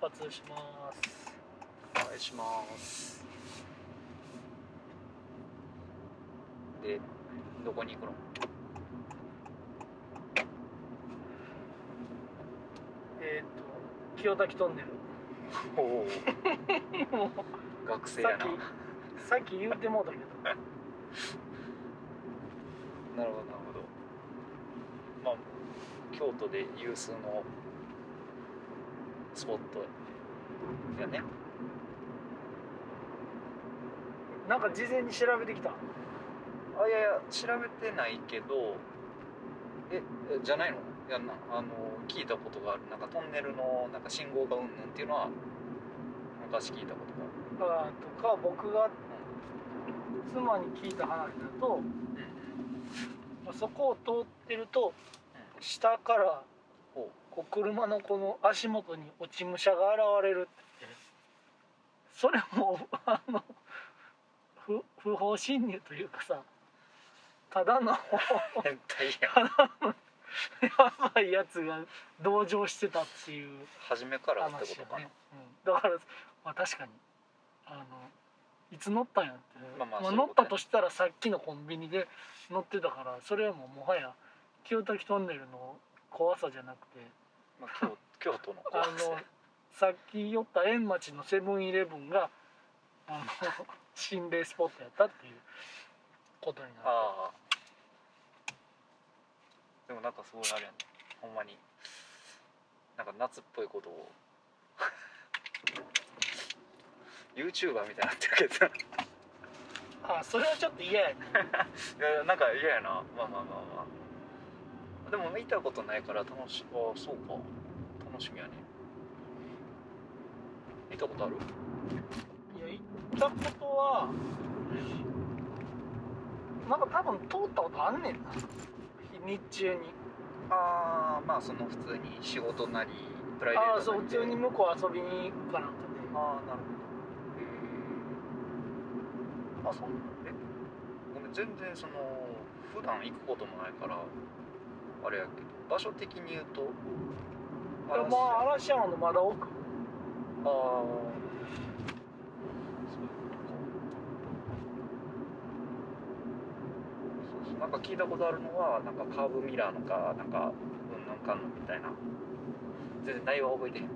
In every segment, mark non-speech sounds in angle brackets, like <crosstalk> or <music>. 発しますお願いしますでどこに行くのえっ、と清滝トンネルおおもう学生さやっなきさっき言うてもうたけどなるほどなるほどまあ京都で有数のスポットやねなんか事前に調べてきたあいやいや調べてないけどええじゃないのいやなあの聞いたことがあるなんかトンネルのなんか信号がうんぬんっていうのは昔聞いたことがああるーとか僕が妻に聞いた話だとうんまあそこを通ってると下からほこう車のこの足元に落ち武者が現れるってそれもあの不不法侵入というかさただのう <laughs> 変態やただのやばいやつが同情してたっていう初めからあったこ話とよかな、ね、うん、だから、まあ、確かにあのいつ乗ったんやって、まあまあそういう乗こっとねたとしたらさっきのコンビニで乗ってたからそれはもうもはや清滝トンネルの怖さじゃなくてまあ、京京 <laughs> 都のあ怖さのさっき寄った円町のセブンイレブンがあの <laughs> 心霊スポットやったっていうことになるああでもなんかすごいあれやねほんまになんか夏っぽいことを <laughs> YouTuber みたいになってるけど <laughs> あそれはちょっと嫌やねいやいやなんか嫌やなまあまあまあまあでも見たことないから楽しああそうか楽しみやね見たことあるいや行ったことはなんか多分通ったことあんねんな日中にああまあその普通に仕事なりプライベートなありあそう普通にあ向こう遊びに行くかなんかであなるほどあそうえごめん全然その普段行くこともないからあれやけど場所的に言うとでもまあ嵐山のまだ奥ああそういうことかそうそうなんか聞いたことあるのはなんかカーブミラーのかなんかうんなんかんのみたいな全然内容は覚えてへん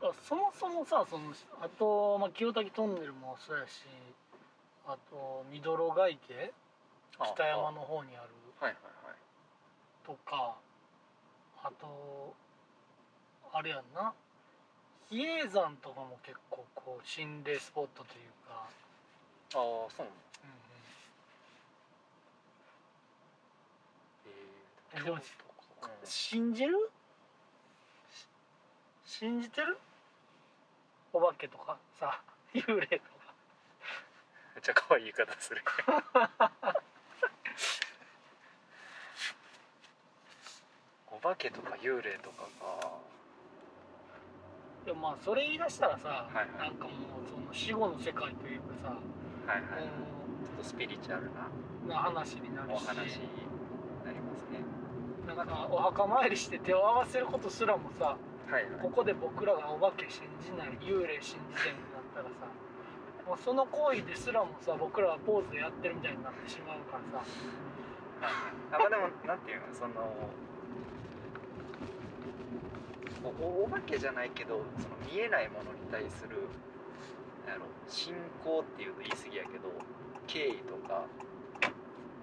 あそもそもさそのあと、まあ、清滝トンネルもそうやしあと三泥ヶ池北山のの方にあるはいはいはいとかあとあれやんな比叡山とかも結構こう心霊スポットというか、ああそうなのええでもか、うん信じるし信じてるお化けとかさ幽霊とかめっちゃ可愛い言い方するお化けとか幽霊とかかでもまあそれ言い出したらさ、はいはないんかもうその死後の世界というかさ、はいはい、ちうょっとスピリチュアルなんな話になるおし話になりますねなんかお墓参りして手を合わせることすらもさはいはここで僕らがお化け信じない幽霊信じてるんだったらさもうその行為ですらもさ僕らはポーズやってるみたいになってしまうからさあまあでもなんていうのそのおお化けじゃないけどその見えないものに対するなんやろ信仰っていうと言い過ぎやけど敬意とか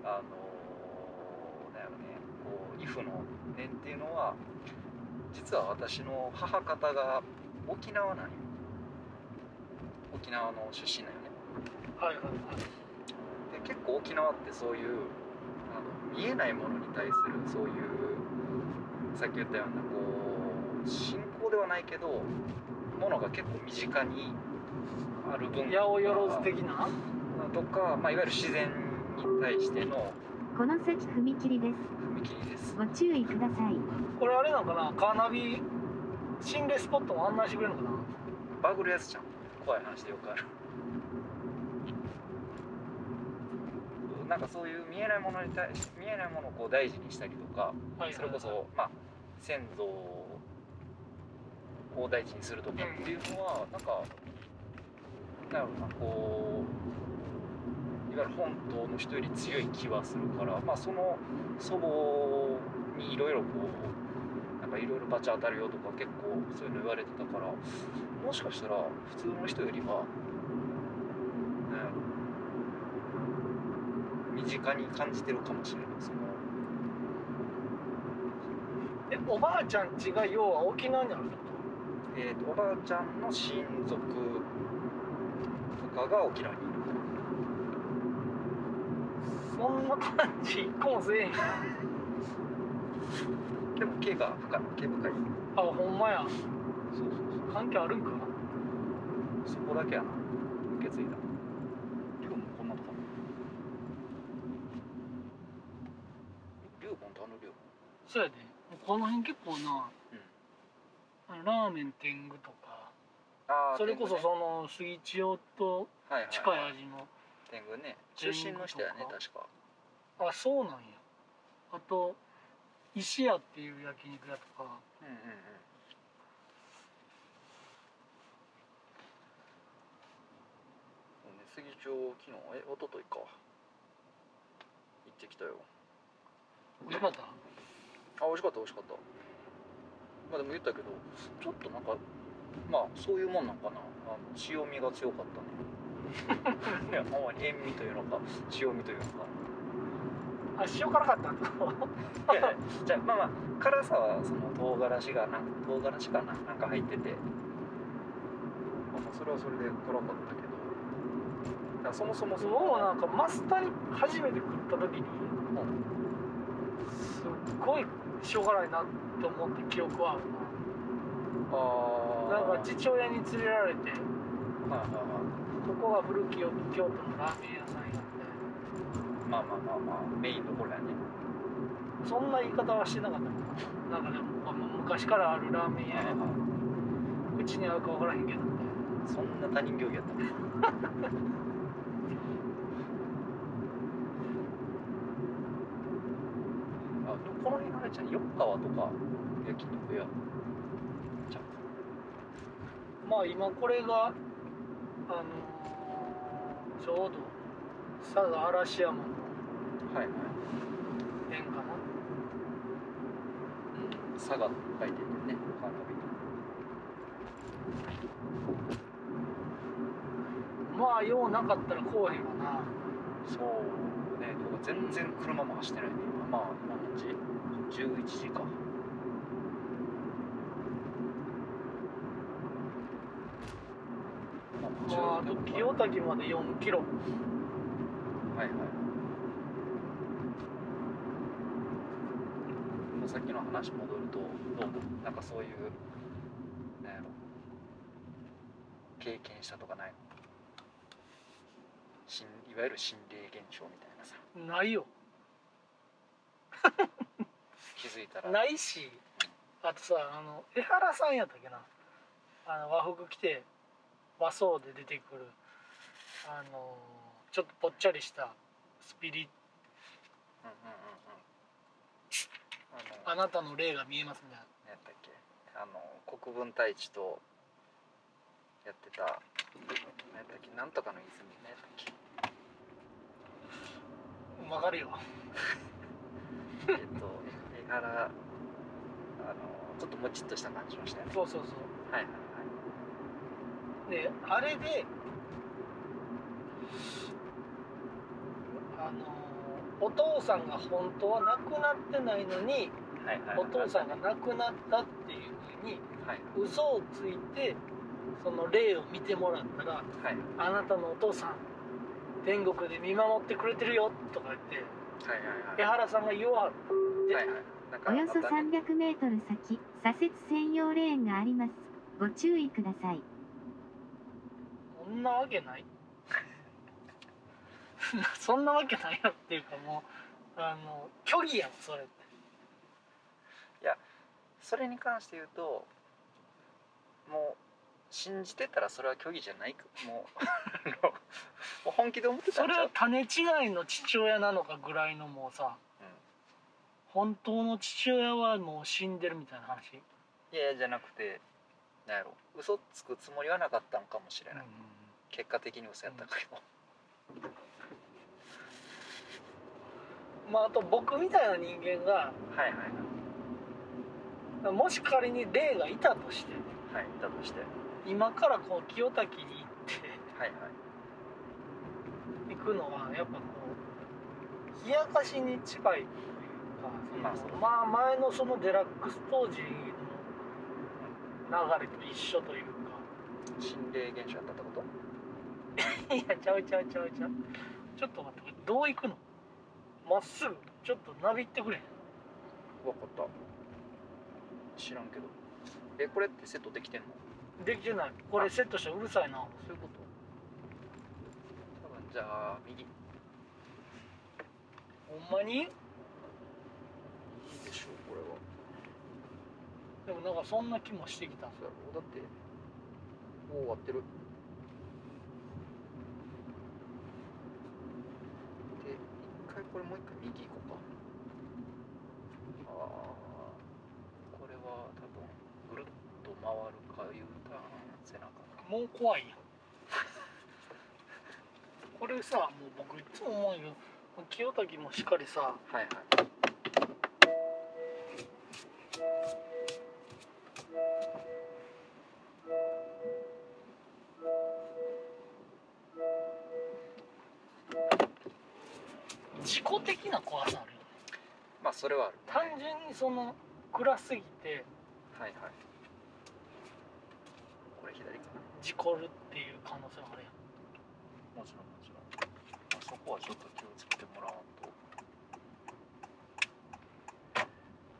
あのなんやろねこう「イフの念」っていうのは実は私の母方が沖縄なんよ沖縄の出身なんよねはいはいはいで結構沖縄ってそういうあの見えないものに対するそういうさっき言ったようなこう信仰ではないけどものが結構身近にある文化八百万的なとか、まあ、いわゆる自然に対してのこの先踏切です。踏切ですご注意ください。これあれなのかなカーナビ心霊スポットも案内してくれるのかなバグるやつじゃん怖い話でよくあるなんかそういう見えないものに対し見えないものをこう大事にしたりとかはいはいはいそれこそ、まあ、先祖を大事にするとかっていうのは、なんかなんやろうなこういわゆる本島の人より強い気はするから、まあ、その祖母にいろいろこうなんかいろいろバチ当たるよとか結構そういうの言われてたからもしかしたら普通の人よりは、なんやろ身近に感じてるかもしれないそのえおばあちゃん家が要は沖縄にあるってこえー、とおばあちゃんの親族とかが沖縄にいるとそんな感じ一個もせえへんでも毛が深い毛深いあほんまやそう関係あるんかなそうそうそこだけやな受け継いだ龍門こんなとこ龍門とあの龍そうやでこの辺結構な、あのラーメン天狗とか門あーそれこそ天そ狗ねの杉千代とはいはい近いはい味の天狗ね中心の人やね天狗確かあそうなんやあと石屋っていう焼肉屋とかうんうんうんそうね杉町昨日え一昨日か行ってきたよよかったあ美味しかった美味しかったまあでも言ったけどちょっとなんかまあそういうもんなんかなあの塩味が強かった <laughs> ねいやほんまに塩味というのか塩味というのかあ塩辛かったんだいやいやじゃあまあまあ辛さはその唐辛子がなんか唐辛子かななんか入ってて、まあまあ、それはそれで辛かったけどだからそもそもそ僕のもなんかマスタに初めて食った時にすっごい塩辛いなって思った記憶はあるあなーなんか父親に連れられてはいはいはいここが古き良き京都のラーメン屋さんやっまあまあまあまあメインのこれやねてそんな言い方はしてなかったかななんかでもまあ昔からあるラーメン屋はいはやいはいうちに合うか分からへんけどそんな他人行儀や <laughs> ったのあでもこの辺あれじゃん横川とか焼肉屋じゃんまあ今これがあのーちょうど佐賀嵐山のはいはい、辺かなうん、佐賀って書いてるねカーナビにまあようなかったらこうへんわなそうねとか全然車も走ってないね今まあ今何時11時かままああ10と分か清滝まで4キロはいはい。もうさっきの話戻ると、どうもなんかそういう、なんやろ、経験したとかないの心いわゆる心霊現象みたいなさ、ないよ気づいたら、はいないしあとさあの江原さんやったっけなあの和服着て和装で出てくるあのちょっとぽっちゃりしたスピリうんうんうんうん。あの、あなたの霊が見えますみたい何やったっけ、あの、国分太一とやってた、何やったっけ、なんとかの泉、何やったっけ。なわかるよえっと、絵柄、あの、ちょっともちっとした感じのしたよね。そうそうそはいはいはうであれであのお父さんが本当は亡くなってないのにい。はいはい、お父さんが亡くなったっていうふうにはい嘘をついてその霊を見てもらったらはいはい「あなたのお父さん天国で見守ってくれてるよ」とか言ってはい江はい。原さんが言わはるはいはい。なんかおよそあったね300メートル先、左折専用レーンがあります。ご注意ください。そんなわけない <laughs> そんなわけないやろっていうかもうあの虚偽やんそれってそれに関して言うと、もう信じてたらそれは虚偽じゃないか。もう <laughs> あの、もう本気で思ってたそんちれゃはう。種違いの父親なのかぐらいのもうさ、うん本当の父親はもう死んでるみたいな話、いやいやじゃなくてなんやろ嘘つくつもりはなかったのかもしれない、結果的に嘘やったけど、まああと僕みたいな人間がはいはいもし仮に霊がいたとしてはいはいだとしては今からこう清滝に行っていはい行くのはやっぱこう冷やかしに近いというかそのまあそうまあ前のそのデラックス当時の流れと一緒というか心霊現象やったってこと <laughs> いやちゃうちゃうちゃうちゃうちょっと待ってどう行くのまっすぐちょっとなびってくれ分かった知らんけどえこれってセットできてんのできてないこれセットしたらうるさいなそういうこと多分じゃあ右いいほんまにでしょうこれはでもなんかそんな気もしてきたそうやろだってもう終わってるで一回これもう一回右行こうかあーこれは多分ぐるっと回るか U ターンせなあかんもう怖いやんこれさもう僕いつも思うよ清滝もしっかりさはいはい自己的な怖さあるよまあそれはある単純にその暗すぎてはいはいこれ左かな事故るっていう可能性もあるやんもちろんもちろん、まあ、そこはちょっと気をつけてもらわんと、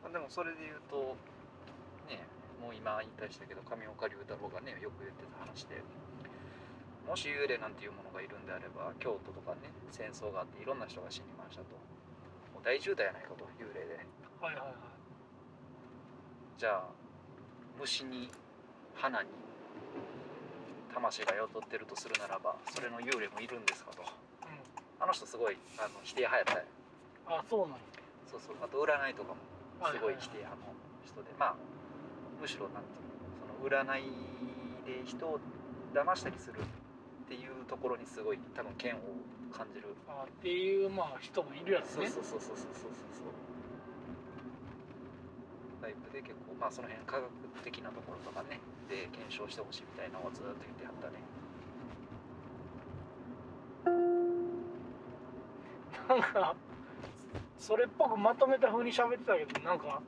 まあ、でもそれで言うとねもう今引退したけど上岡龍太郎がねよく言ってた話でもし幽霊なんていうものがいるんであれば京都とかね戦争があっていろんな人が死にましたともう大渋滞やないかと幽霊ではいはいはいじゃあ虫に花に魂が宿ってるとするならばそれの幽霊もいるんですかとうあの人すごいあの否定派やったんんやあそうなんやそうそうあと占いとかもすごい否定や派の人で、まあむしろなんていうのその占いで人を騙したりするっていうところにすごい多分嫌悪を感じるあっていうまあ人もいるやつそうねそうそうそうそうそうそうタイプで結構まあその辺科学的なところとかねで検証してほしいみたいなのはずっと言ってはったねなんかそれっぽくまとめた風に喋ってたけどなんか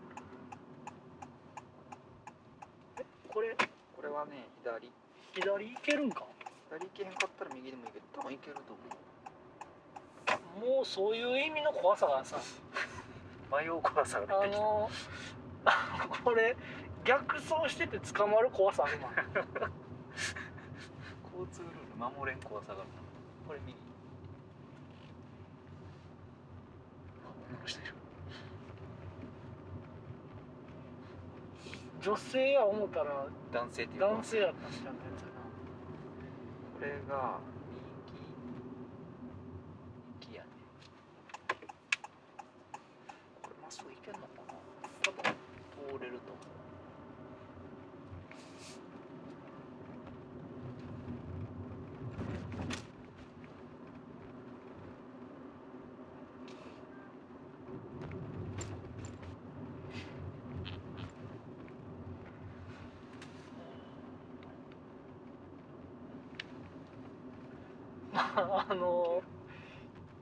えこれこれはね左左行けるんか左行けへんかったら右でもいいけど多分いけると思うもうそういう意味の怖さがさ迷う怖さがあ出てきたのあの <laughs> これ逆走してて捕まる怖さあるな交通ルール守れん怖さがあるなこれ右あ女の人いる女性や思ったら男性っていうか男性やったんちゃうかやつやなこれが右右やねこれまっすぐ行けんのかな多分通れると思あの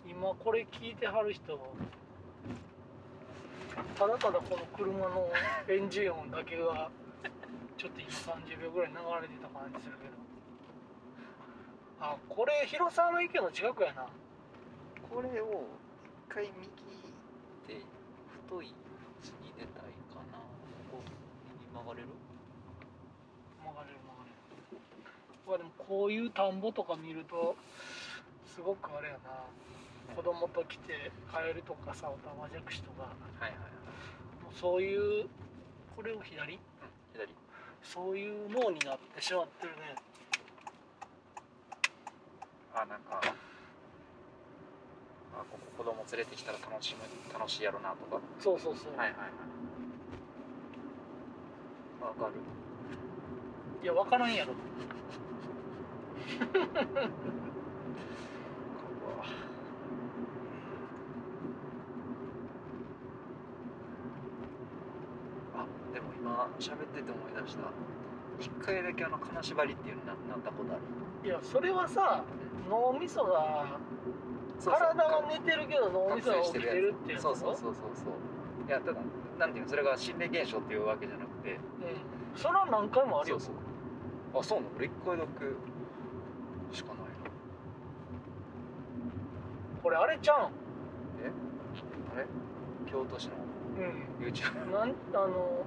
今これ聞いてはる人ただただこの車のエンジン音だけがちょっと今30秒ぐらい流れてた感じするけどあこれ広沢の池の近くやなうこれを一回右で太い道に出たいかなここ右に曲がれる曲がれる曲がれるうわでもこういう田んぼとか見るとすごくあれやな子供と来てカエルとかさオタマジャクシとかはいはいはい、もうそういうこれを左うん、左そういう脳になってしまってるねあなんかああここ子供連れてきたら楽しむ楽しいやろなとかそうそうそう、はいはいはいわかるい、や分からんや <laughs> ろわかるわあでも今喋ってて思い出した一回だけあの金縛りっていうのにななったことあるいやそれはさ脳みそがそうそう体は寝てるけど脳みそが起きてるってやつそうそうそうそうそういやただなんていうのそれが心霊現象っていうわけじゃなくてうん、それは何回もあるよそうそうあそうなの俺一回だけしかないこれあれちゃうんなあれ京都市のう YouTube んなんあの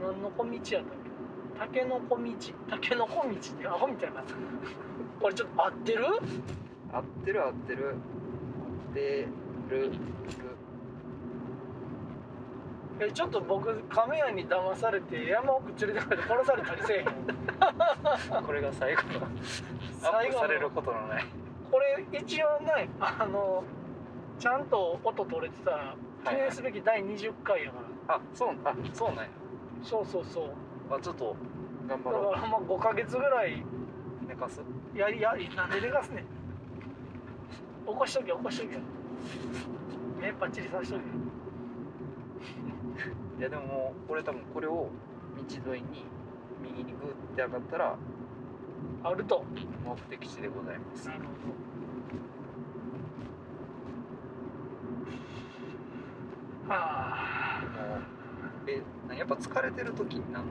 何の小道やったっけタケノコ道タケノコ道ってアホみたいな <laughs> これちょっと合ってる合ってる合ってる合ってるるえちょっと僕亀屋に騙されて山奥連れてかれて殺されたりせえへ <laughs> んこれが最後のア最ップ後されのることのないこれ一応ねあのちゃんと音取れてたら記念すべき第20回やから、あそうあそうなんやそうそうそうあちょっと頑張だかろらまあ5ヶ月ぐらいう寝かすやりやりなんで寝かすねん起こしとけ起こしとけ目パッチリさしとけいやでももう俺多分これを道沿いに右にグーって上がったらあると目的地でございますなるほどはもうえなやっぱ疲れてる時になん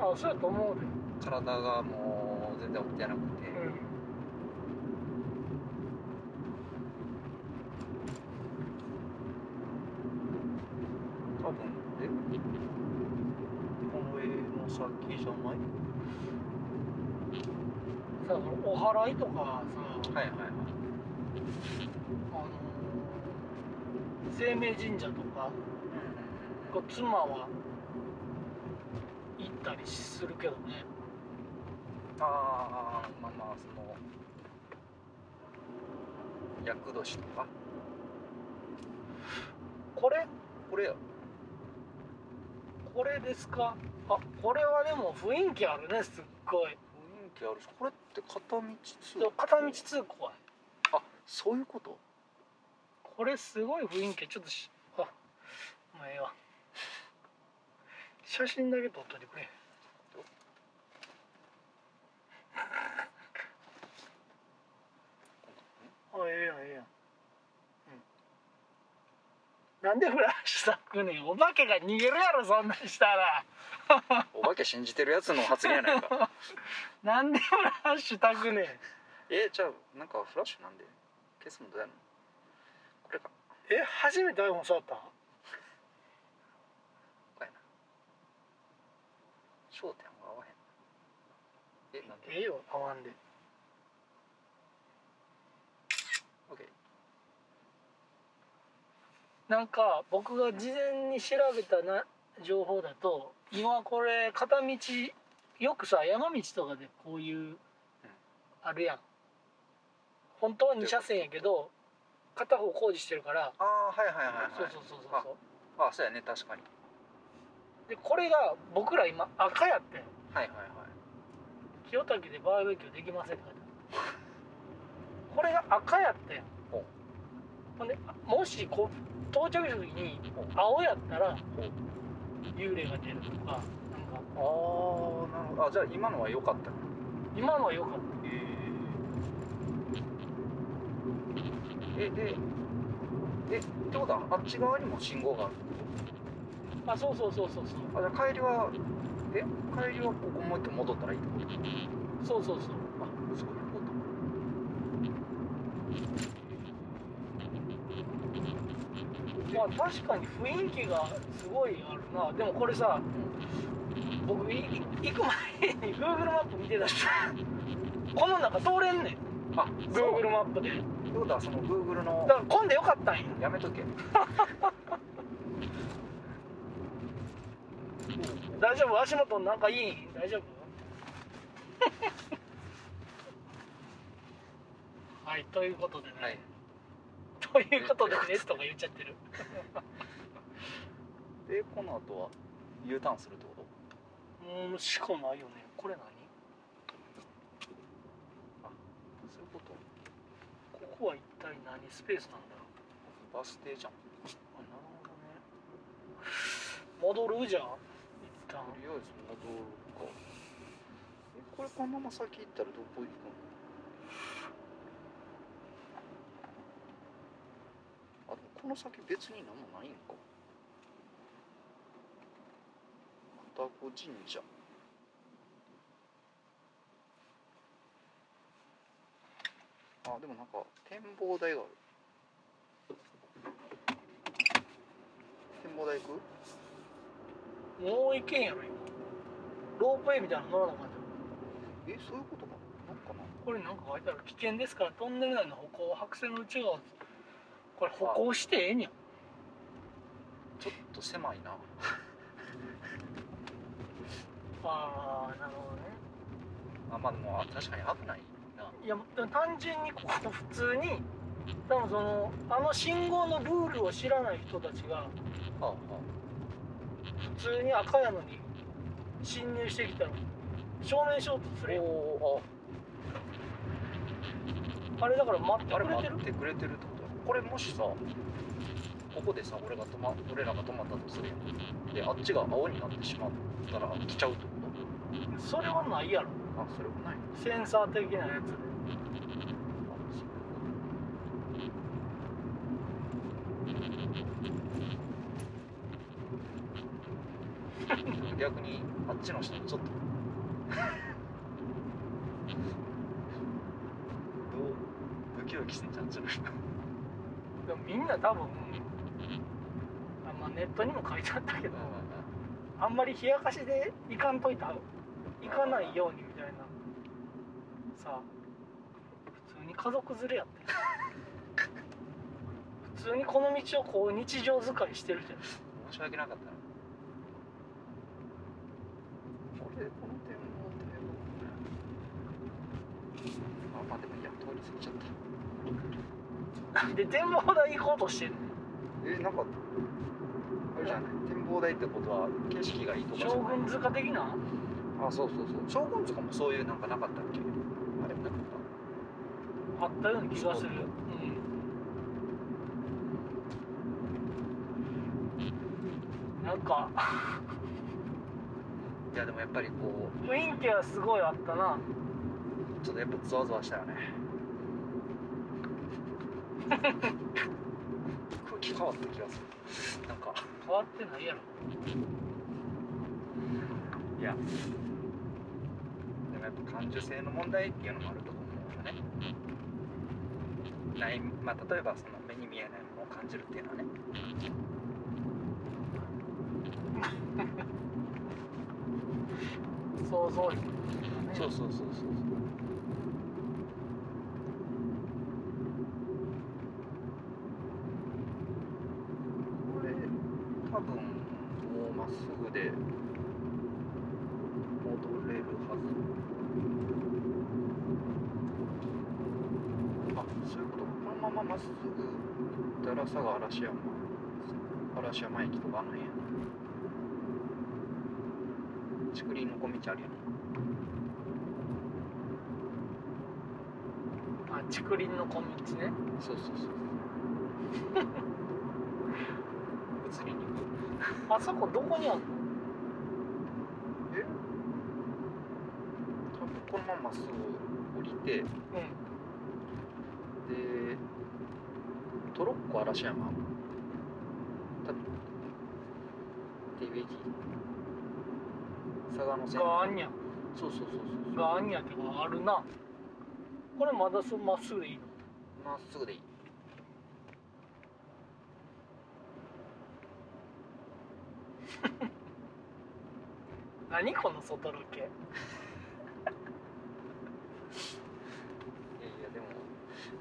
ああそうやと思うで、体がもう全然起きてなくて、う多分えこの絵の先じゃないん、さお祓いとかさ、はいはいはいあのー、清明神社とかこう妻は行ったりするけどねああまあまあその厄年とかこれこれやこれですかあこれはでも雰囲気あるねすっごい雰囲気あるしこれって片道通でも片道通行やあそういうことこれすごい雰囲気ちょっとしあまあええわ写真だけ撮っといてくれあええやんええやん、うん、なんでフラッシュ咲くねんお化けが逃げるやろそんなんしたらお化け信じてるやつの発言やないか <laughs> なんでフラッシュ炊くねんえじゃあなんかフラッシュなんで消すのどうやるのこれかえ初めて iPhone 触ったこれやな焦点が合わへんえなんでええよ合わんで OK なんか僕が事前に調べたな情報だと今これ片道よくさ山道とかでこういうあるやん本当は2車線やけど片方工事してるからああはいはいはい、はい、そうそうそうそうそあそうやね確かにうでこれが僕ら今赤やってんはいはいはい清滝でバーベキューできませんかってこれが赤やったやんほうほんでもしこう到着した時に青やったらほう幽霊が出るとかなんかああなるほどあじゃあ今のは良かったな今のは良かっえでえってことはあっち側にも信号があるたあそうそうそうそうそうあじゃあ帰りはえ帰りはここもう一回戻ったらいいってことそうそうそうあそういうことまあ確かに雰囲気がすごいあるなでもこれさ僕い行く前に Google マップ見てたしこの中通れんねんあ Google マップでってことはその Google のだから混んでよかったんややめとけ大丈夫足元なんかいい大丈夫 <laughs> はいということでね、はいそういうこと <laughs> ですねとか言っちゃってるでこの後は U ターンするってこともうしかないよねこれ何そういうことここは一体何スペースなんだろうバス停じゃんあなるほどね戻るじゃん一旦とりあえず戻るかえこれこのまま先行ったらどこ行くのあでもこの先別に何もないんか愛宕神社あでもなんか展望台がある展望台行くもう行けんやろ今ロープウェイみたいなの乗らなあかんじゃんえそういうことかなんかなこれなんか書いてある危険ですからトンネル内の歩行は白線の内側をこれ歩行してええんやんちょっと狭いなああなるほどねあまあでも確かに危ないないやでも単純にここ普通に多分そのあの信号のルールを知らない人たちがああ普通に赤やのに侵入してきたら正面衝突するやんおあれだから待ってああくれれてる待ってくれてるってことだこれもしさここでさ俺が止ま俺らが止まったとするやんであっちが青になってしまったら来ちゃうってこそれはないやろとあそれもないなセンサー的なやつであそう逆にあっちの人にちょ <laughs> っとどうドキドキしてんじゃんあっちの人でもみんな多分あまあネットにも書いてあったけどあんまり冷やかしで行かんといた行かないようにみたいなさあ普通に家族連れやって普通にこの道をこう日常使いしてるじゃん申し訳なかったなこれこの点も点もあまあでもいや通り過ぎちゃったで展望台行こうとしてるえなんかあれじゃない展望台ってことは景色がいいとかじゃ将ない軍塚的なあそうそうそう将軍とかもそういうなんかなかったっけあれもなかったあったような気がするそううんなんかいやでもやっぱりこ雰囲気はすごいあったなうちょっとやっぱゾワゾワしたよね空気変わった気がするなんか変わってないやろいやでもやっぱ感受性の問題っていうのもあると思うよねないまあ例えばその目に見えないものを感じるっていうのはね想像力そうそうそうそうこれ多分もうまっすぐで戻れるはずあそういうことかこのまままっすぐ行ったら佐賀嵐山嵐山駅とかあの辺やな竹林の小道あるやんあ竹林の小道ねそうそう <laughs> そう。移りに行く。あそこどこにあんのえ多分このまままっすぐ降りて、うで、トロッコ嵐山。多分っていう駅。佐賀のん線。があんにゃそうそうそうそうそう。があんにゃってかあるなこれまだそまっすぐでいいのまっすぐでいい。何この外ロケいやいやでも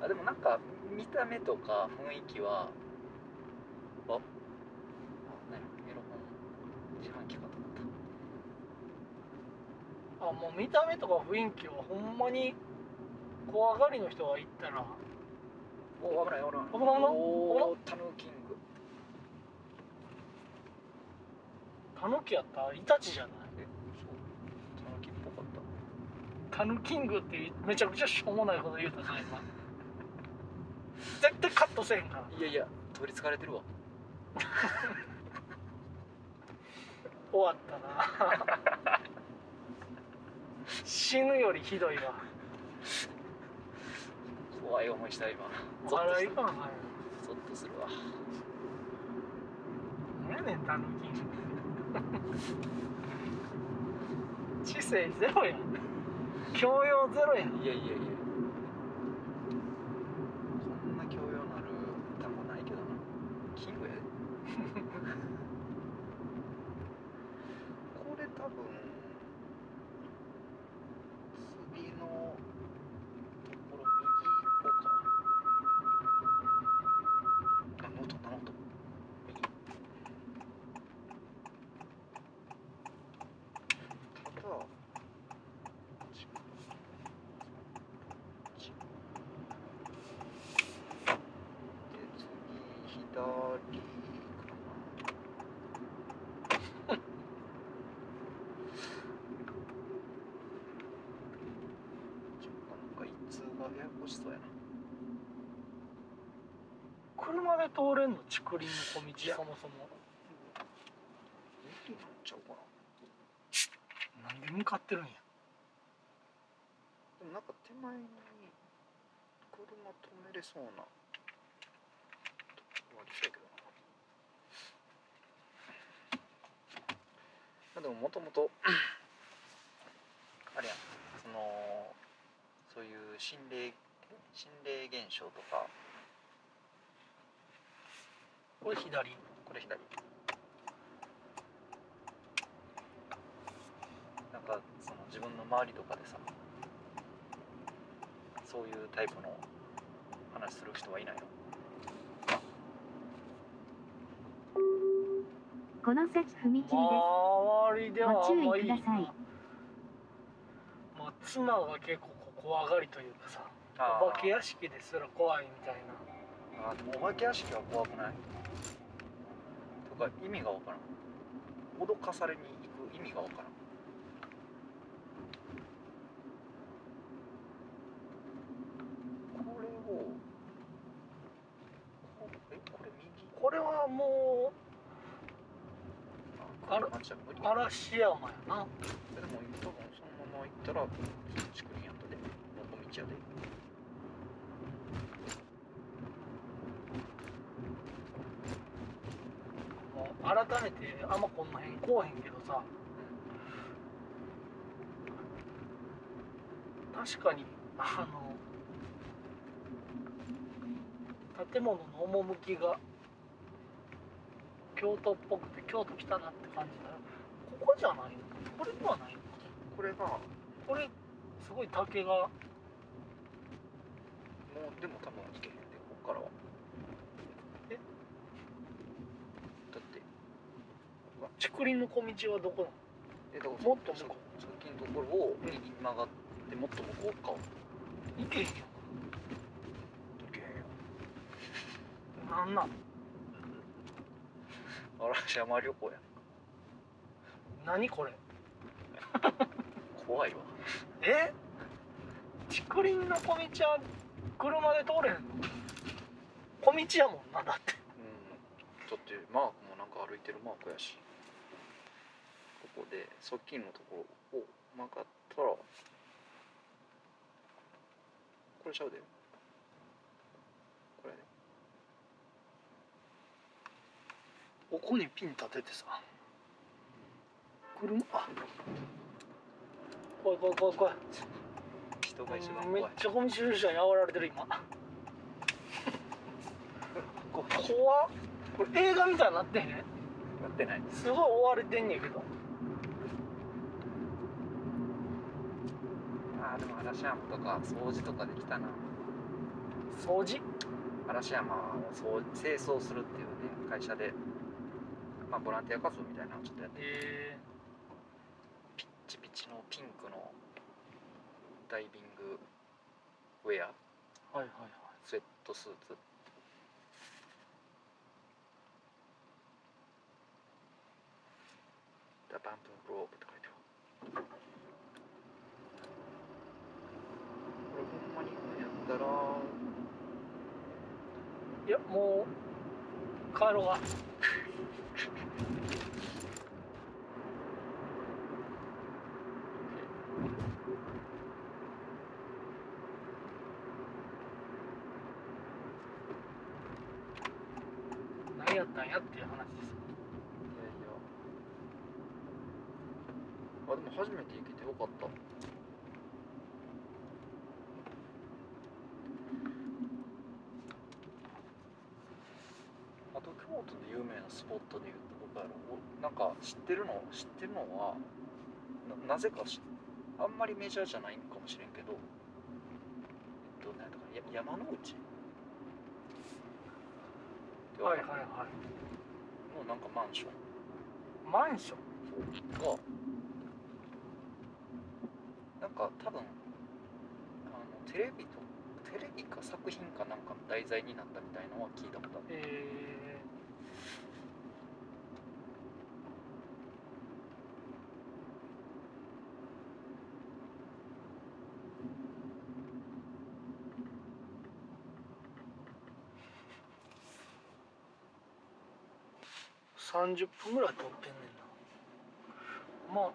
あでもなんか見た目とか雰囲気はああ何エロ本自販機かと思ったあもう見た目とか雰囲気はほんまに怖がりの人が行ったらお危ない危危ない危ないないおおタヌーキングタヌキやったらイタチじゃないえそうタヌキっぽかったタヌキングってめちゃくちゃしょうもないこと言うたじゃん今 <laughs> 絶対カットせえへんからいやいや取りつかれてるわ終わったな <laughs> 死ぬよりひどいわ怖い思いした今ゾッとす笑いるがないゾッとするわ何やねんタヌキング知性ゼロやん教養ゼロやんいやいやいやこんな教養のある単語ないけどなキングや <laughs> でこれ多分次のところ右行こうかあノートノートただで次左かな <laughs> ちょっとなんか一通がややこしそうやな車で通れんの竹林のい小や道そもそも駅になっちゃうかななんで向かってるんやでもなんか手前に車止めれそうなとこありそうやけどなまあでももともとあれやんそのそういう心霊心霊現象とかこれ左これ左なんかその自分の周りとかでさそういうタイプの話する人はいないのこの先踏切です。周りではあんまご注い意いくなださいまあ妻が結構怖がりというかさあーお化け屋敷ですら怖いみたいなあーでもお化け屋敷は怖くないとか意味がわからん脅かされに行く意味がわからんこれをこえこれ右これはもああれるじゃ無理う嵐山やなでも多分そのまま行ったらそっち来るんやったでどこ道やでもう改めてあんまこんな辺来おへんけどさ確かにあの建物の趣が京都っぽくて京都来たなって感じだよここじゃないのこれではないのこれがもこれすごい竹がうでも多分行けへんでこっからはえだって竹林の小道はどこなのえだからもっと向こさっきのところを右に曲がってもっと向こうか行けへんよなんなん嵐山旅行や何これ怖いわえ竹林の小道は車で通れへんの小道やもんなだってうんだってマークもなんか歩いてるマークやしここでさっきのところを曲がったらこれちゃうでこれやでここにピン立ててさ車あ怖い怖い怖い怖い人が一番めっ怖いちゃゴミ収集車に煽られてる <laughs> 今怖い怖っこれ映画みたいになってへんやってないすごい追われてんねんけどあーでも嵐山とか掃除とかできたな掃除嵐山を掃清掃するっていうね会社で、まあ、ボランティア活動みたいなのをちょっとやってえピッチピチのピンクのダイビングウェアー、はいはいはいスウェットトスーツ「ダバンプグローブ」って書いてあるこれほんまに行くんやったらいやもう帰ろうが何やったんやっていう話ですいやいやあでも初めて行けてよかったあと京都で有名なスポットで言うと僕あのおなんか知ってるの知ってるのはななぜかしあんまりメジャーじゃないんかもしれんけどえっと何やったかなや山の内はいはいはいのなんかマンションマンションがなんか多分あのテレビとテレビか作品かなんかの題材になったみたいのは聞いたことあるえー、30分ぐらい撮ってんねんなまあ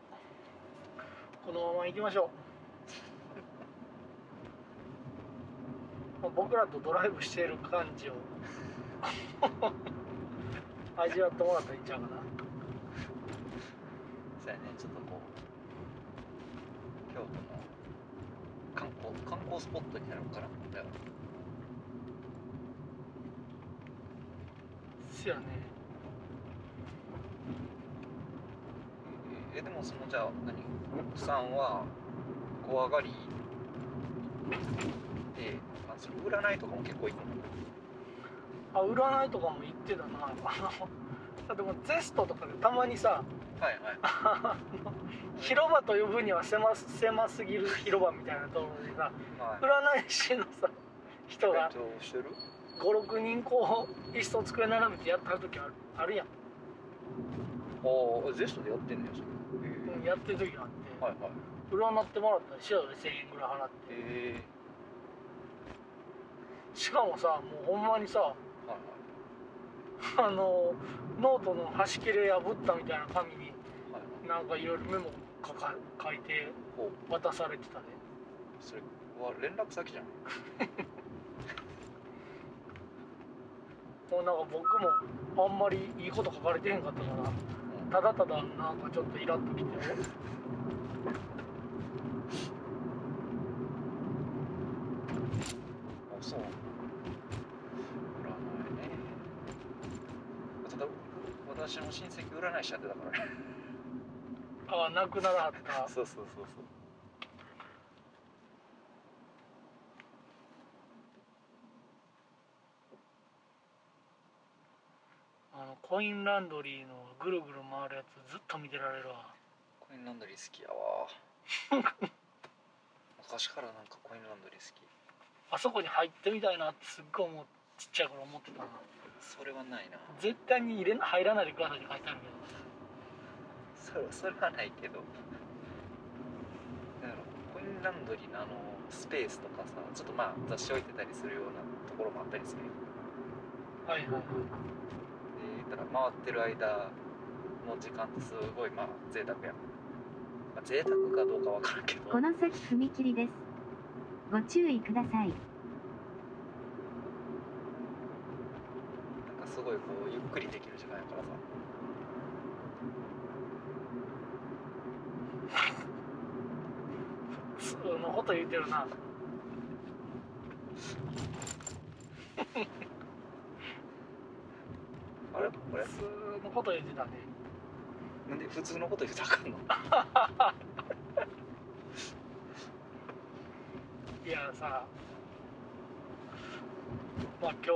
このまま行きましょう <laughs> まあ僕らとドライブしている感じを味わってもらったらいいんちゃうかなそうやねちょっとこう京都の観光観光スポットになるからだよすよねえでもそのじゃあ何奥さんは怖がりで、まあ、それ占いとかも結構行くのあ占いとかも言ってたな <laughs> あのでもゼストとかでたまにさはいはいあの <laughs> 広場と呼ぶには狭す狭すぎる広場みたいなところでさはい占い師のさ人が勉強してる56人こう椅子と机並べてやってはる時あるあるやん、ああゼストでやってんのよそれへえうん、やってる時があって、はいはい占ってもらったりしてたよね1000円ぐらい払ってへえしかもさもうほんまにさはいあのノートの端切れ破ったみたいな紙にはいはいはいなんかいろいろメモ書か書いてお渡されてたねそれは連絡先じゃんもうなんか僕もあんまりいいこと書かれてへんかったからただただなんかちょっとイラッときてあそう占いねただ私の親戚占い師やってたからねああなくならはったそうそうそうそうあのコインランドリーのぐるぐる回るやつずっと見てられるわコインランドリー好きやわ <laughs> 昔からなんかコインランドリー好きあそこに入ってみたいなってすっごい思うちっちゃい頃思ってたなそれはないな絶対に入れな入らないでくださいって書いてあるけどそれそれはないけどだからコインランドリーのあのスペースとかさちょっとまあ雑誌置いてたりするようなところもあったりするよはいはいはいでだから回ってる間の時間ってすごいまあ贅沢やん、まあ、贅沢かどうかわからんけどこの先踏切です。ご注意ください。なんかすごいこうゆっくりできる時間やからさ普通のこと言うてるなあれこれ普通のこと言ってたねなんで普通のこと言うとあかんのいやさまあ今日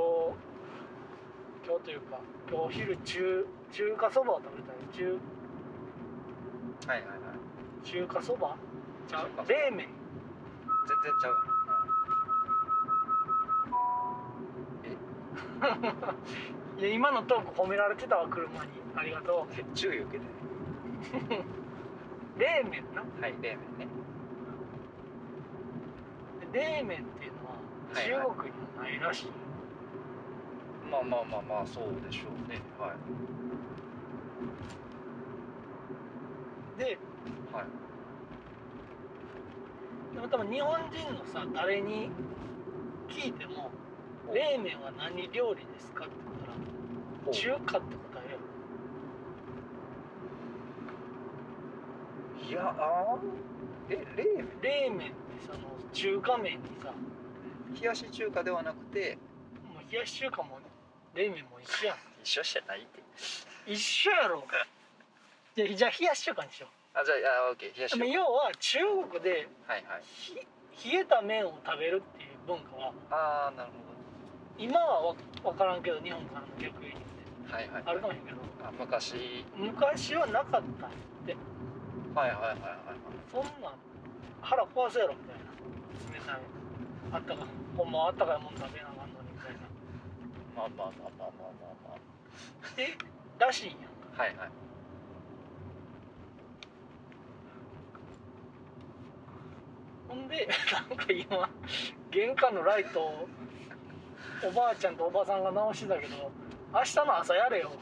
今日というか今日お昼中中華そばを食べたい中はいはいはい中華そばじゃ中華冷麺全然ちゃういや今のトーク褒められてたわ車にありがと注意受けてねう冷麺なはい冷麺ね冷麺っていうはいのはいは中国にはないらしい、まあまあまあまあそうでしょうねはいではいでも多分日本人のさ誰に聞いても「冷麺は何料理ですか?」って言ったら「中華」って答えよいやあーえ冷麺冷麺ってその中華麺にさ冷やし中華ではなくてもう冷やし中華も冷麺も一緒やん一緒じゃないって一緒やろじゃあじゃあ冷やし中華にしよあじゃああオッケー冷やしうで中も華要は中国ではいはいひ冷えた麺を食べるっていう文化はああなる今はわ分からんけど日本からの逆輸入でほどはいはいあるかもしれんけどあ昔昔はなかったんやってはいはいはいはいそんなん腹壊せやろみたいな冷たいあったかいほんまはあったかいもん食べなあかんのにみたいなまあまあまあまあまあまあまでらしいんやあはいはいほんでなんか今玄関のライトをおばあちゃんとおばさんが直してたけど明日の朝やれよ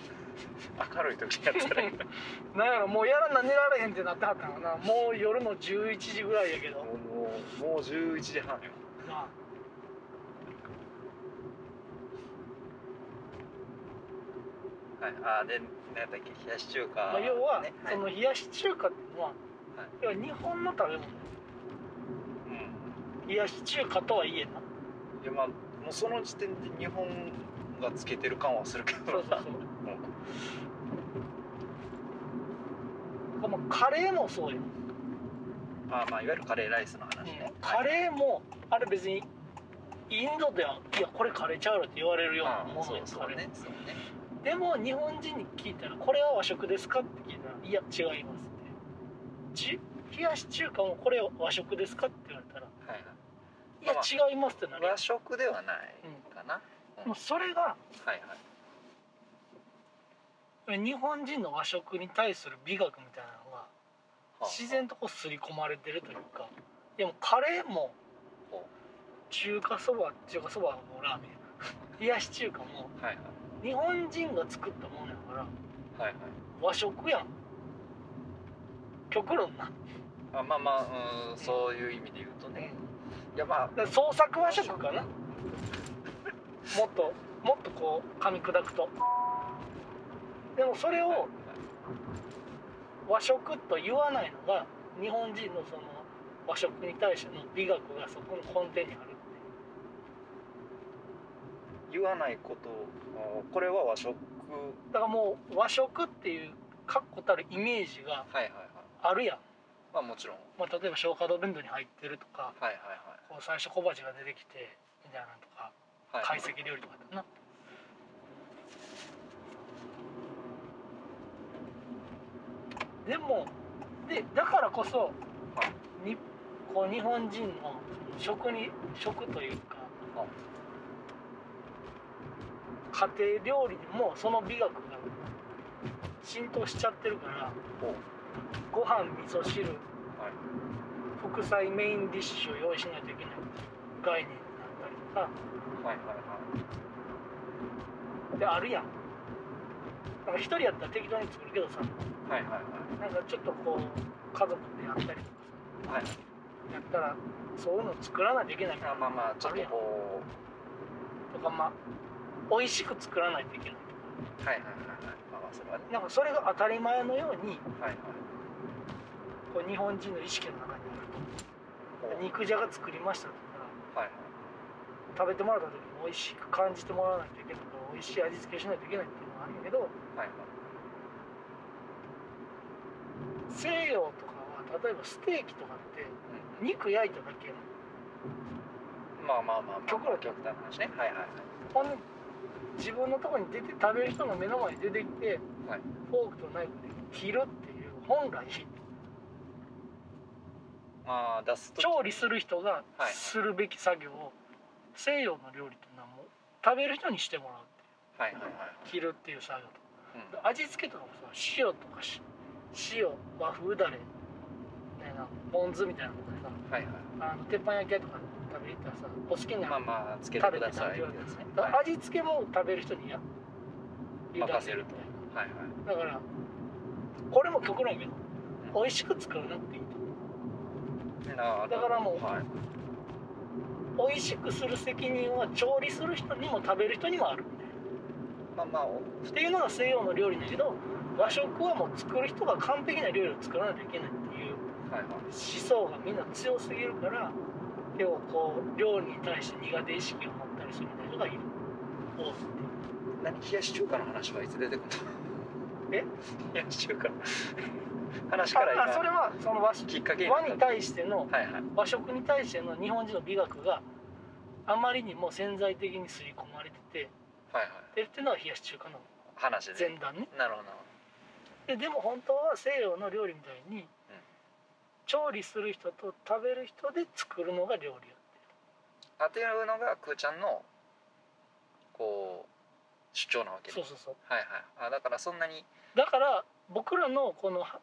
明るい時やったら <laughs> なんやろもうやらな寝られへんってなってはったのかなもう夜の11時ぐらいやけどもうもうもう11時半よなあはいあーで何やったっけ冷やし中華、まあ、要は、ねその冷やし中華っていうのは、要は日本の食べ物うん冷やし中華とはいえないやまあもうその時点で日本がつけてる感はするけどなそうそう <laughs> そう、まあ、カレーもそうよ、うんあーまあいわゆるカレーライスの話ね、カーレーもあれ別にインドではいやこれカレーちゃうよって言われるようなものそうやそカうレーねそうねでも日本人に聞いたら「これは和食ですか?」って聞いたら「いや違います」ってち冷やし中華も「これは和食ですか?」って言われたら「はいいやまあ違います」ってなはいる和食ではないかな、もうそれがはいはい日本人の和食に対する美学みたいなのが自然とこう刷り込まれてるというかでもカレーもほ中華そば中華そばはもうラーメン <laughs> 冷やし中華もはいはい日本人が作ったものやからはいはい和食やん極論なあまあまあうんそういう意味で言うとねいやまあだから創作和食かなもっともっとこう噛み砕くとでもそれはいを和食と言わないのが日本人のその和食に対しての美学がそこの根底にある言わないことあーこれは和食だからもう和食っていう確固たるイメージがはいはいはいあるやん、まあもちろんまあ、例えば小華堂弁当に入ってるとかはいはいこう最初小鉢が出てきてみたいなのとかはいはい懐石料理とかだなでもでだからこそはいにこう日本人のその食に食というかは家庭料理にもその美学が浸透しちゃってるからほうご飯味噌汁はい副菜メインディッシュを用意しないといけない概念になったりとかはいはいはいであるやんなんか一人やったら適当に作るけどさはいはいなんかちょっとこう家族でやったりとかはいはいさやったらそういうの作らないといけないあまあまあちょっとことかまあ美味しく作らないといけないとかうはいはいはいはいまあまあそれはねなんかそれが当たり前のようにはいはいこう日本人の意識の中にあるほうと肉じゃが作りましたとかはいはい食べてもらった時に美味しく感じてもらわないといけないとか美味しい味付けしないといけないっていうのがあるんやけどはいはい西洋とかは例えばステーキとかって肉焼いただけやんうんまあまあまあまあ極論極端な話ねはいはいはいほんで自分のとこに出て食べる人の目の前に出てきて、はいフォークとナイフで切るっていう本来まあ出すと調理する人がはいするべき作業を西洋の料理っていうのはもう食べる人にしてもらうはいいはいはいはい、切るっていう作業うんと味付けとかもさ塩とかし塩和風だれみたいなポン酢みたいなのでさはいはいあの鉄板焼き屋とか食べに行ったらさお好きな、まあまあつけてくださいってやつねはいは味付けも食べる人にや任せる委とねみいはいたいなだからこれも極論やけど美味しく作らなくていいとだだからもうはい、美味しくする責任は調理する人にも食べる人にもあるみたいなまあまあおっていうのが西洋の料理だけど和食はもう作る人が完璧な料理を作らないといけないっていうはいはい思想がみんな強すぎるから要はこう料理に対して苦手意識を持ったりするみたいな人がいる多いっていう何冷やし中華の話はいつ出てくるえの <laughs> 冷やし中華話からああそれ今はその和食きっかけにな和ったに対してのはいはい和食に対しての日本人の美学があまりにも潜在的に刷り込まれててはいはいでっていうのは冷やし中華の話で前段ねなるほどなるででも本当は西洋の料理みたいに調理する人と食べる人で作るのが料理やほどあっていうのがくーちゃんのこう主張なわけでそうそうそうはいはいあだからそんなにだから僕らのこのは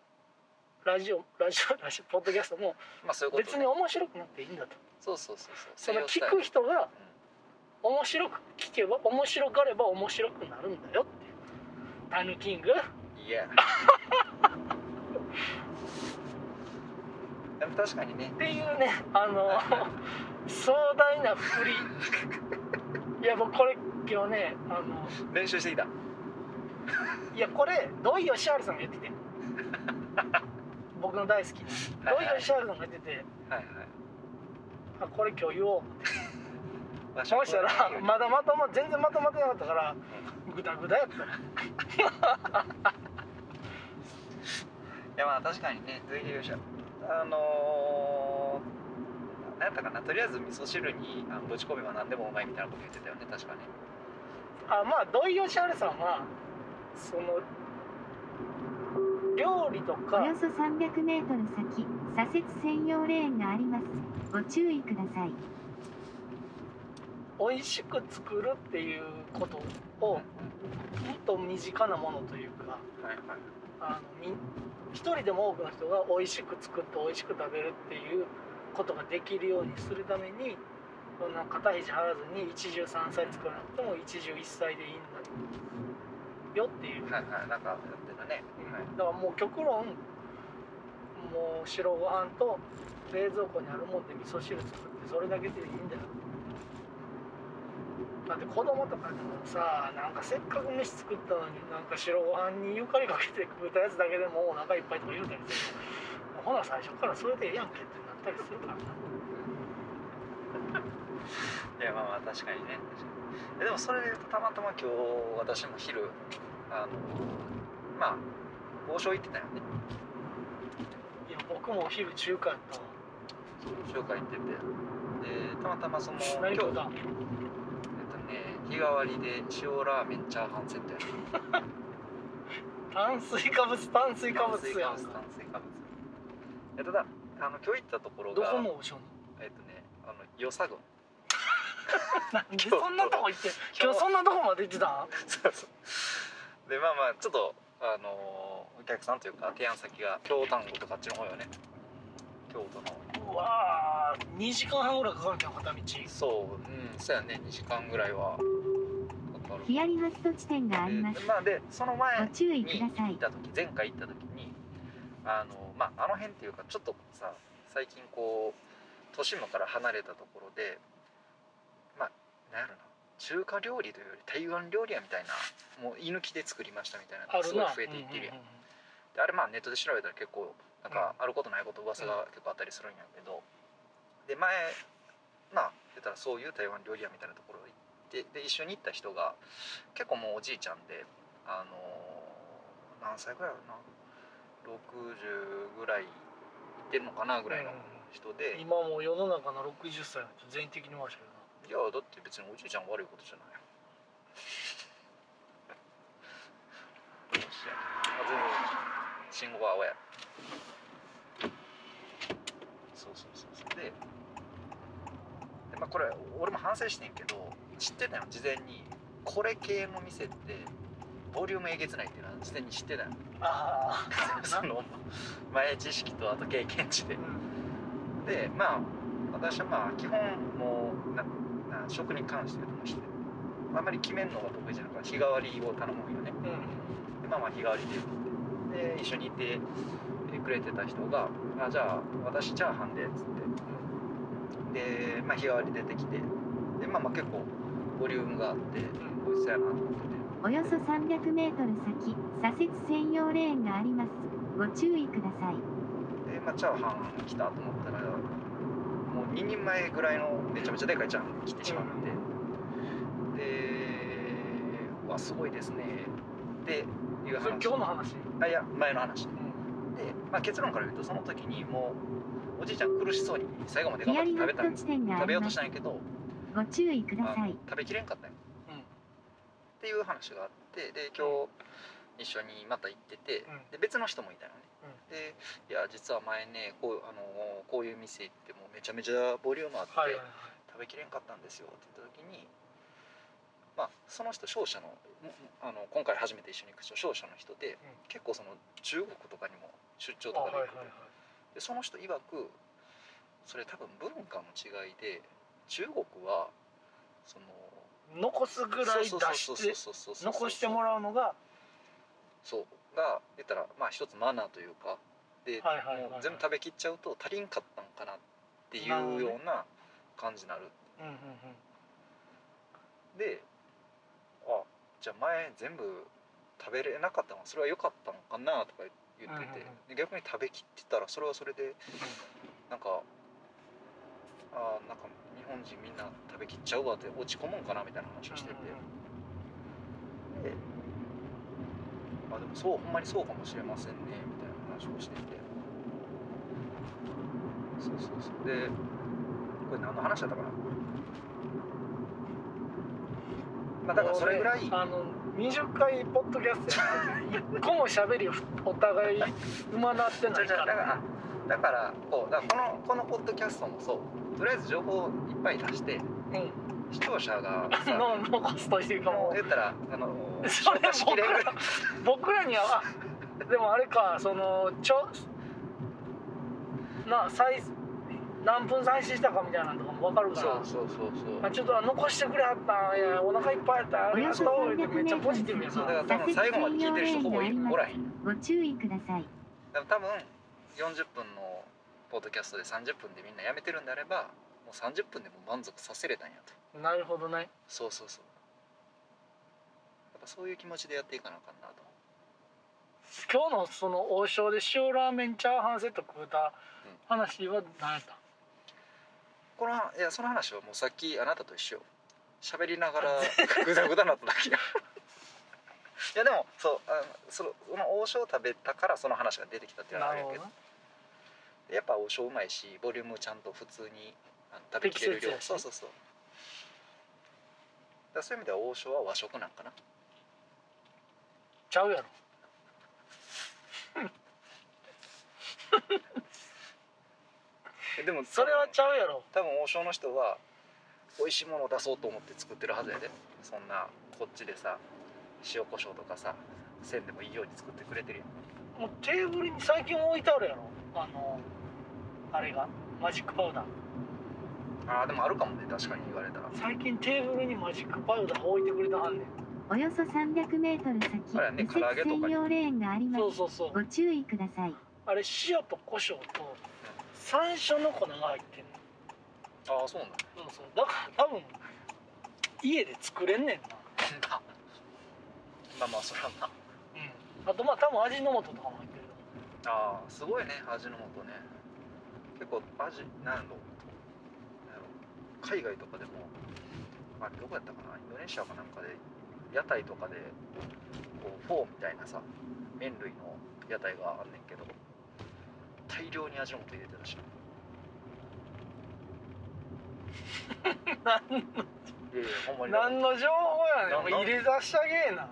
ラジオラジオラジオポッドキャストもまあそういうこと、ね、別に面白くなくていいんだとそうそうそうそうその西聞洋スタイくル人が面白く聞けば面白がれば面白くなるんだよっていうタヌキングい <laughs> やでも確かにねっていうねあの <laughs> はいは壮大な振りいや僕これ今日ねあの練習してきたいやこれ土井善晴さんが言ってて僕の大好きな土井善晴さんが言っててはいはいあこれ今日言おう和食そうしたらの料理まだまとま全然まとまってなかったからグダグダやったいやまあ確かにね随流者あのー、なんやったかなとりあえず味噌汁にあのぶち込めば何でもうまいみたいなこと言ってたよね確かねあまあ土井善晴さんはその料理とおかよそ300メートル先、左折専用レーンがあります。ご注意ください。美味しく作るっていうことをもっと身近なものというかはいはいあのみ一人でも多くの人が美味しく作って美味しく食べるっていうことができるようにするためにそんな肩肘張らずに一汁三菜作らなくても一汁一菜でいいんだよっていうはいはいなんかやってたねはいだからもう極論もう白ご飯と冷蔵庫にあるもんで味噌汁作ってそれだけでいいんだよだって子供とかでもさなんかせっかく飯作ったのになんか白ご飯にゆかりかけて食ったやつだけでもお腹いっぱいとか言うたりするほな最初からそれでええやんけってなったりするからないやまあまあ確かにね確かにえでもそれで言うとたまたま今日私も昼あのまあ王将行ってたよねいや僕もお昼中華やったわ中華行っててでたまたまその今何日食ったんえっとね日替わりで塩ラーメンチャーハンセットやね炭水化物炭水化物やん炭水化か物炭水化物いやただあの今日行ったところどがこのおしょえっとねあの与謝郡なんでそんなとこ行って今日そんなとこまで行ってたん <laughs> そうそうでまあまあちょっとあのーお客さんというか提案先が京丹後とかあっちの方よね京都のうわー2時間半ぐらいかかるんじゃん片道そううんそうやね2時間ぐらいはかかるヒヤリハット地点がありますで。まあでその前ご注意にくださ行っい。た時前回行った時にあのまああの辺っていうかちょっとさ最近こう都市部から離れたところでまあなんやろな中華料理というより台湾料理やみたいなもう居抜きで作りましたみたいなあのがするごいな増えていってるやんうんうんであれまあネットで調べたら結構なんかあることないこと噂が結構あったりするんやけど、で前まあ言ったらそういう台湾料理屋みたいなところ行ってで一緒に行った人が結構もうおじいちゃんであのー何歳ぐらいやろな60ぐらいいってるのかなぐらいの人うんで、い今もう世の中の60歳の人全員的に回してるやだって別におじいちゃん悪いことじゃない。よっしゃあ全然信号は青やそうそうそうそうででまあ、これ俺も反省してんけど知ってたよ事前にこれ系の店ってボリュームえげつないっていうのは事前に知ってたよあ <laughs> その前知識とあと経験値であ、うん、でまあ私はまあ基本もうなな食に関してともしてあんまり決めるのが得意じゃなくて日替わりを頼むんよねうん、でまあまあ日替わりでで一緒にいてえーくれてた人が「あじゃあ私チャーハンで」っつってで、まあ、日替わり出てきてでまあまあ結構ボリュームがあって美味しそうやなと思ってておよそ300メートル先、左折専用レーンがあります。ご注意ください。で、まあ、チャーハン来たと思ったらもう2人前ぐらいのめちゃめちゃでかいチャーハン来てしまって、で「うわすごいですね」っていうそれ今話日の話、あいや前の話うん、で、まあ、結論から言うとその時にもうおじいちゃん苦しそうに最後まで頑ヒ張アって食べリハッたんトです地点があ食べりようまとしす。たんやけどご注意くだあさのい。食べきれんかったんようんっていう話があってで今日一緒にまた行ってて、うんで別の人もいたよね、でいや実は前ねこうあのこういう店行ってもうめちゃめちゃボリュームあって、はいはいはい食べきれんかったんですよって言った時に、まあ、その人商社のもあの今回初めて一緒に行く人商社の人で、ん結構その中国とかにも出張あとはかいはいではい行くでその人曰くそれ多分文化の違いで中国はその残すぐらい出そうそうそうしてそうそうそう残してもらうのがそうが言ったらまあ一つマナーというかで、はいはいはいはいもう全部食べきっちゃうと足りんかったんかなっていうような感じになるうんうんうんであじゃあ前全部食べれなかったのはそれは良かったのかなとか言ってて、うんうんで逆に食べきってたらそれはそれでなんかあーなんか日本人みんな食べきっちゃうわって落ち込むんかなみたいな話をしてて、であでもそうほんまにそうかもしれませんねみたいな話をしててそうそうそうでこれ何の話だったかなまあだからそれぐらいあの20回ポッドキャストやってて1個も喋りお <laughs> 互い馬なってじなゃいじゃかだかららだからこうだからこのこのポッドキャストもそうとりあえず情報をいっぱい出してうん視聴者が <laughs> さの残すというかもう言ったらあの <laughs> それ消化しきれんぐらい僕らにはあでもあれかそのちょな再何分再生したかみたいなのとかも分かるかそらうそうそうそうあちょっとあ残してくれはったんやお腹いっぱいやったありがとうってめっちゃポジティブやそうだなから多分最後まで聞いてる人ほぼいおらへんご注意ください。でも多分40分のポッドキャストで30分でみんなやめてるんであればもう30分でも満足させれたんやとなるほどねそうそうそうやっぱそういう気持ちでやっていかなあかんなと今日のその王将で塩ラーメンチャーハンセット食うた話は何やったこのいやその話はもうさっきあなたと一緒よ喋りながらグダグダなっただ <laughs> けやいやでもそうあのそのその王将を食べたからその話が出てきたっていうのはあなるるんほどやけなどやっぱ王将うまいしボリュームちゃんと普通にあの食べきれる量適切やしそうそうそうだからそういう意味では王将は和食なんかなちゃうやろえでもそれはちゃゃうやろ多分王将の人は美味しいものを出そうと思って作ってるはずやでそんなこっちでさ塩コショウとかさせんでもいいように作ってくれてるやんもうテーブルに最近置いてあるやろあのあれがマジックパウダーあーでもあるかもね確かに言われたら最近テーブルにマジックパウダー置いてくれたはんねんおよそ300メートル先、あれやね唐揚右げと折かに専用レーンがありまそうす。そうそうご注意ください。あれ塩と胡椒と山椒の粉が入ってんああそうなんだのそうそうだから多分家で作れんねんな <laughs> まあまあそれはまうんあとまあ多分味の素とかも入ってるああーすごいね味の素ね結構味なんやろなんやろ海外とかでもあれどこやったかなインドネシアかなんかで屋台とかでこうフォーみたいなさ麺類の屋台があんねんけど大量に味の素入れてた <laughs> しいやいやほんまに何の情報やねんなんもう入れさしたげえな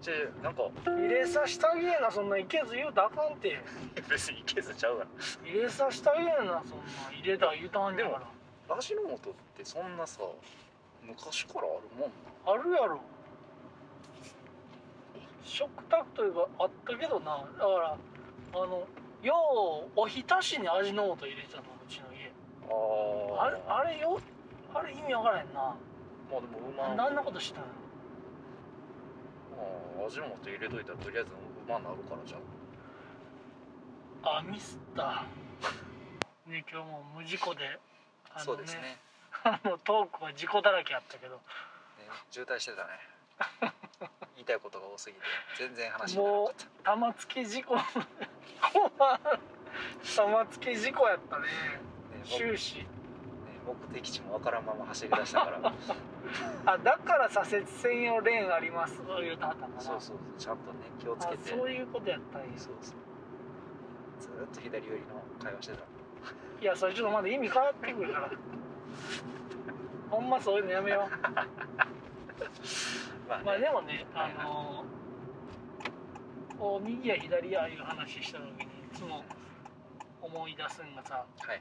ちょなんか入れさしたげえなそんないけず言うたらあかんて <laughs> 別にいけずちゃうわ入れさしたげえなそんなん入れた言うたはんねんからラジノートってそんなさ昔からあるもんあるやろ食卓といえばあったけどなだからあのようおひたしに味の素入れてたのうちの家なあれあれよあれ意味わからへんなまあでもうまなんなことしたんやうん味の素入れといたらとりあえずうまなるからじゃんろあミスったね今日も無事故であの、そうですねあのトークは事故だらけやったけどね渋滞し <laughs> てたね言いたいことが多すぎて全然話にならなかった玉突き事故 <laughs> 困る玉突き事故やったねね僕終始ね目的地もわからんまま走り出したからあだから左折専用レーンありますと言うたはったんかなそうそうちゃんとね気をつけてあそういうことやったんやそうそうずーっと左寄りの会話してたいやそれちょっとまだ意味変わってくるから <laughs> ほんまそういうのやめよう <laughs> まあね、まあでもねはあいはいのこう右や左やいう話した時にいつうんはも思い出すんがさいはい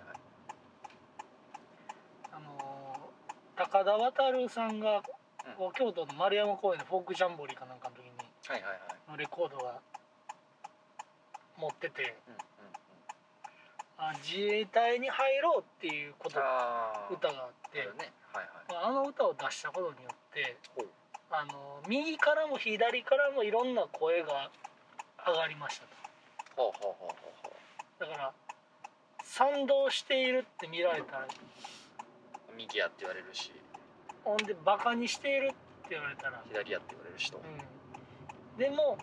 あの高田渉さんがうんこう京都の丸山公園のフォークジャンボリーかなんかの時にはいはいはいのレコードが持っててうんうんうんあ自衛隊に入ろうっていうことあー歌があってあるねはいはいまああの歌を出したことによってほうあの右からも左からもいろんな声が上がりましたほうほうほうほうほとだから賛同しているって見られたらう右やって言われるしほんでバカにしているって言われたら、左やって言われる人、うんうん、でも、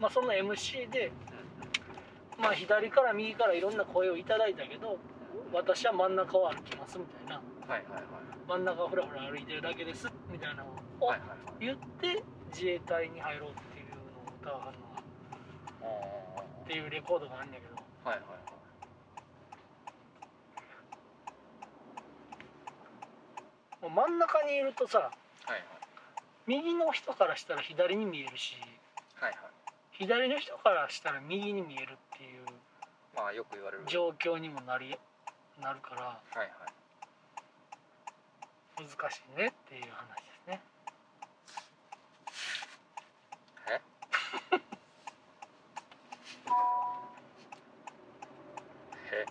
まあ、その MC で、うんまあ、左から右からいろんな声をいただいたけど私は真ん中を歩きますみたいなはいはいはい真ん中をふらふら歩いてるだけですみたいなのをはいはいはい言って自衛隊に入ろうっていうのを歌わはるのがあっーていうレコードがあるんだけどはいはいはいもう真ん中にいるとさはい右の人からしたら左に見えるしはいはいはい左の人からしたら右に見えるっていうまあよく言われる状況にもなりなるからはいはい難しいねっていう話ですねえ <laughs> え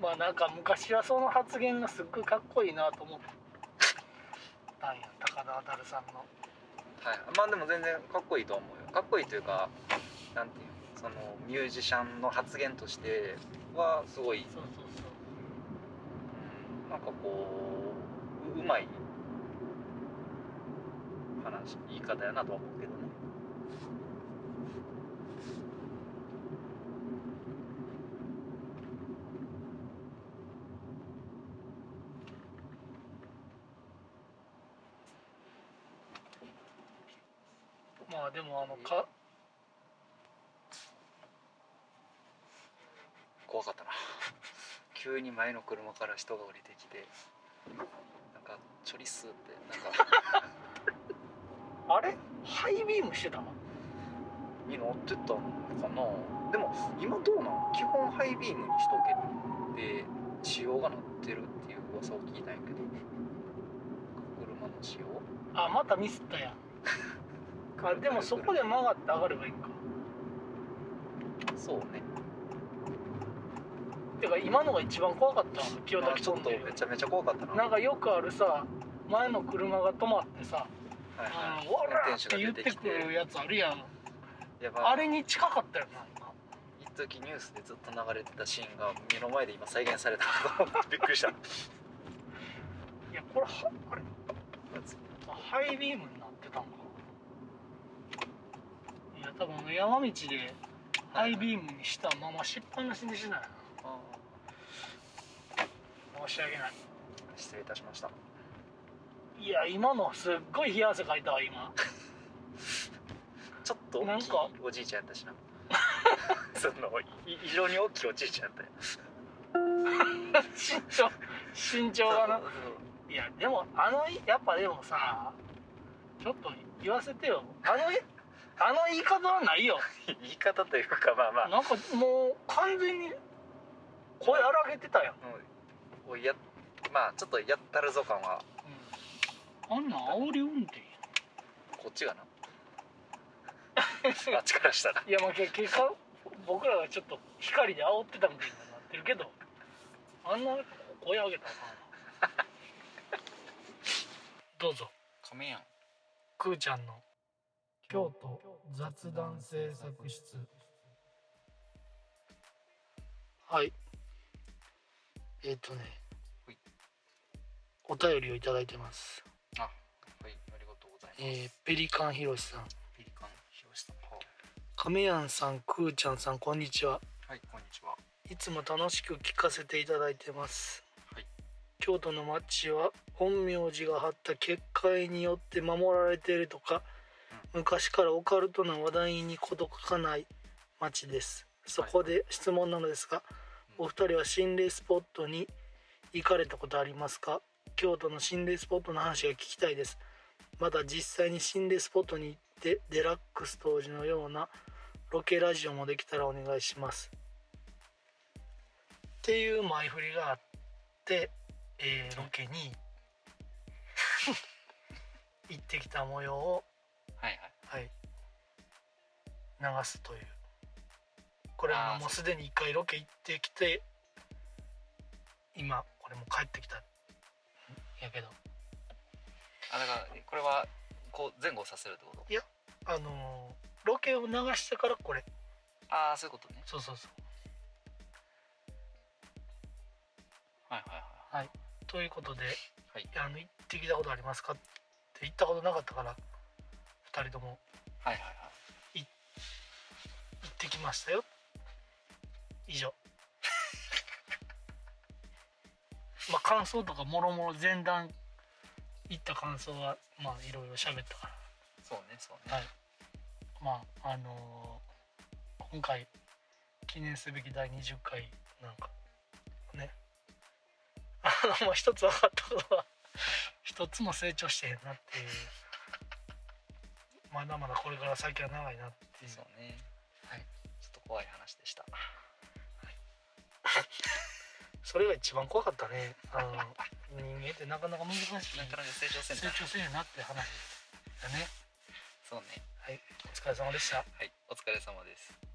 まあなんか昔はその発言がすっごいかっこいいなと思ったんや高田渉さんのはいまあでも全然かっこいいとは思うよかっこいいというかなんていうのそのミュージシャンの発言としてはすごい、そうそうそううん、なんかこうううまい話言い方やなとは思うけどねまあでもあのか怖かったな急に前の車から人が降りてきてなんかチョリスってなんかあれハイビームしてたのに乗ってったのかなでも今どうなん基本ハイビームにしとけって仕様がなってるっていう噂を聞いたんやけど車の仕様あまたミスったや <laughs> んあでもそこで曲がって上がればいいんかそうねてか今のが一番怖かったわ清まあ滝ちょ飛っんとでめちゃめちゃ怖かったななんかよくあるさ前の車が止まってさ「はいはあいのわら!」って言運って転手が出てきくてるやつあるやんやばあれに近かったよな今一時ニュースでずっと流れてたシーンが目の前で今再現されたと思ってびっ <laughs> くりしたいやこれはあれはあハイビームになってたんかいや多分あの山道でハイビームにしたまましっぱなしにしないあな申し訳ないー失礼いたしましたいや今のすっごい冷や汗かいたわ今ちょっと大きいなんかおじいちゃんやったしな <laughs> そのい異常に大きいおじいちゃんやったよ身長身長がな <laughs> そういやでもあのやっぱでもさちょっと言わせてよあのあの言い方はないよ言い方というかまあまあなんかもう完全に声荒げてたやん、うんおいやまあちょっとやったるぞ感はうん、あんなん煽り運転こっち <laughs> がなやあっちからしたらんいやまあ結結果僕らがちょっと光で煽ってたみたいになってるけどあんな声上げたらあかんわどうぞ亀やんくーちゃんの京都雑談制作室はいえっ、とねほいお便りをいただいてます、あはいありがとうございます、えーペリカンひろしさんピリカンひろしさん亀やんさんくーちゃんさんこんにちははいこんにちはいつも楽しく聞かせていただいてます、はい京都の町は本名字が張った結界によって守られているとか、昔からオカルトな話題に事欠かない町ですそこで質問なのですが、うんお二人は心霊スポットに行かれたことありますか京都の心霊スポットの話が聞きたいですまだ実際に心霊スポットに行ってデラックス当時のようなロケラジオもできたらお願いしますっていう前振りがあって、えーロケ <laughs> に行ってきた模様を、はいはいはい、流すというこれあーはもうすでに一回ロケ行ってきて今これもう帰ってきたんやけどあだからこれはこう前後させるってことあのーロケを流してからこれああそういうことねそうそうそうはいはいはいということで、はいあの行ってきたことありますかって行ったことなかったから2人ともはいはいはい行ってきましたよ以上 <laughs> まあ感想とかもろもろ前段行った感想はまあいろいろ喋ったからそうねそうはいまああのー今回記念すべき第20回なんかね <laughs> あのまあ一つ分かったことは一つも成長してへんなっていうまだまだこれから先は長いなっていうそうねはいちょっと怖い話でしたそれが一番怖かったねあ <laughs> の人間ってなかなか難しいなかなか成長せん成な <laughs> 長せえなって話だねそうねお疲れ様でしたはいお疲れ様です